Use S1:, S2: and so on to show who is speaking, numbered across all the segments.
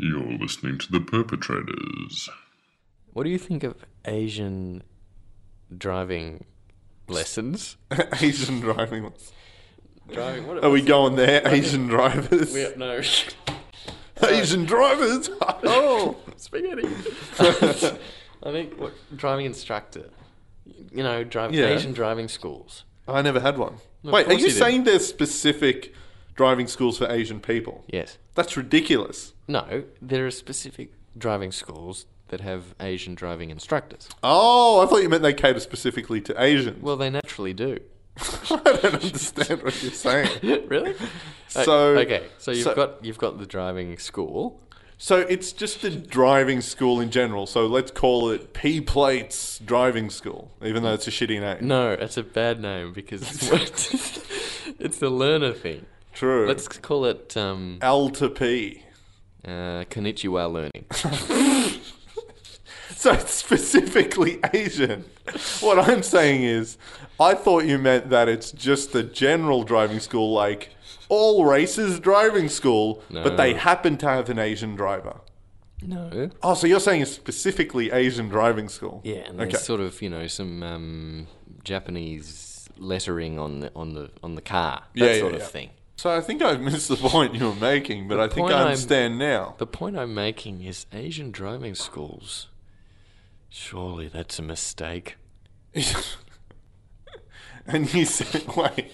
S1: listening to the perpetrators.
S2: What do you think of Asian driving lessons?
S3: Asian driving. lessons.
S2: driving. What
S3: Are we going there? Asian drivers.
S2: We no
S3: Asian drivers. oh,
S2: spaghetti. I think what, driving instructor. You know, drive,
S3: Yeah.
S2: Asian driving schools.
S3: I never had one.
S2: Of
S3: Wait, are
S2: course
S3: you
S2: you didn't.
S3: saying there's specific driving schools for Asian people?
S2: Yes.
S3: That's ridiculous.
S2: No, there are specific driving schools that have Asian driving instructors.
S3: Oh, I thought you meant they cater specifically to Asians.
S2: Well, they naturally do.
S3: I don't understand what you're saying.
S2: really?
S3: So-
S2: okay, so you've
S3: so-
S2: got you've got the driving school.
S3: So it's just the driving school in general. So let's call it P Plates Driving School, even though it's a shitty name.
S2: No, that's a bad name because it's, what- it's the learner thing.
S3: True.
S2: Let's call it um,
S3: L to P.
S2: uh, Konnichiwa learning.
S3: So it's specifically Asian. What I'm saying is, I thought you meant that it's just the general driving school, like all races driving school, but they
S2: No.
S3: happen to have an Asian driver.
S2: No.
S3: Oh, so you're saying it's specifically Asian driving school?
S2: Yeah, and there's
S3: Okay.
S2: sort of you know some um, Japanese lettering on the on the on the car. That
S3: Yeah, yeah,
S2: sort
S3: yeah.
S2: of thing.
S3: So I think I've missed the point you were making, but I think
S2: point
S3: I
S2: I'm-
S3: understand now.
S2: The point I'm making is Asian driving schools. Surely that's a mistake.
S3: and you said, wait,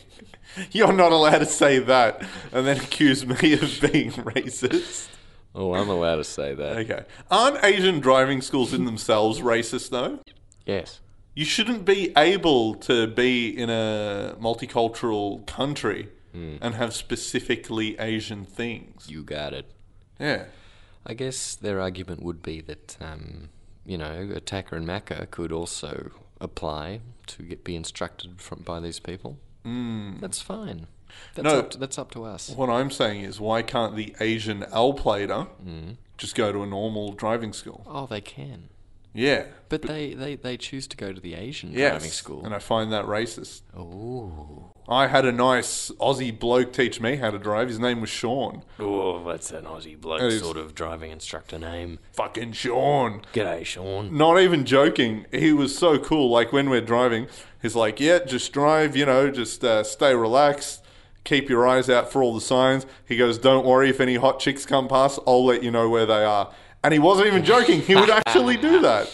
S3: you're not allowed to say that, and then accuse me of being racist.
S2: Oh, I'm allowed to say that.
S3: Okay. Aren't Asian driving schools in themselves racist, though?
S2: Yes.
S3: You shouldn't be able to be in a multicultural country
S2: Hmm.
S3: and have specifically Asian things.
S2: You got it.
S3: Yeah.
S2: I guess their argument would be that, um, you know, attacker and macker could also apply to get be instructed from by these people. Mm. That's fine. That's,
S3: No.
S2: up to, that's up to us.
S3: What I'm saying is, why can't the Asian L plater
S2: Hmm.
S3: just go to a normal driving school?
S2: Oh, they can.
S3: Yeah.
S2: But, they, they, they choose to go to the Asian
S3: Yes.
S2: driving school.
S3: And I find that racist.
S2: Oh.
S3: I had a nice Aussie bloke teach me how to drive. His name was Sean.
S2: Oh, that's an Aussie
S3: That
S2: bloke
S3: is-
S2: sort of driving instructor name.
S3: Fucking Sean.
S2: G'day, Sean.
S3: Not even joking. He was so cool. Like when we're driving, he's like, "Yeah, just drive. You know, just uh, stay relaxed. Keep your eyes out for all the signs." He goes, "Don't worry if any hot chicks come past. I'll let you know where they are." And he wasn't even joking. He would actually do that.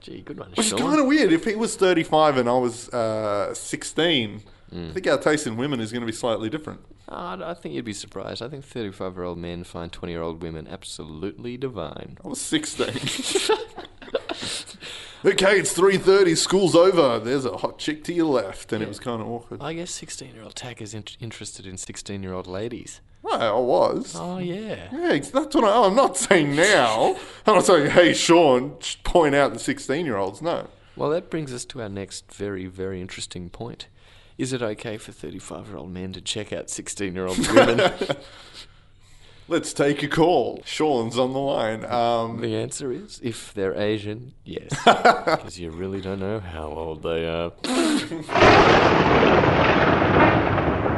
S2: Gee, good one,
S3: Which is
S2: Sean.
S3: kind of weird. If he was 35 and I was uh, 16, I think our taste in women is going to be slightly different.
S2: Oh, I I think you'd be surprised. I think 35 year old men find 20 year old women absolutely divine.
S3: I was 16. okay, it's 3.30, school's over. There's a hot chick to your left. And it was kind of awkward.
S2: I guess 16 year old Tack is in- interested in 16 year old ladies.
S3: Well, I was.
S2: Oh, yeah.
S3: Yeah, ex- that's what I, I'm not saying now. I'm not saying, hey, Sean, sh- point out the 16-year-olds. No.
S2: Well, that brings us to our next very, very interesting point. Is it okay for 35 year old men to check out 16 year old women?
S3: Let's take a call. Sean's on the line. Um,
S2: the answer is if they're Asian, yes. Because you really don't know how old they are.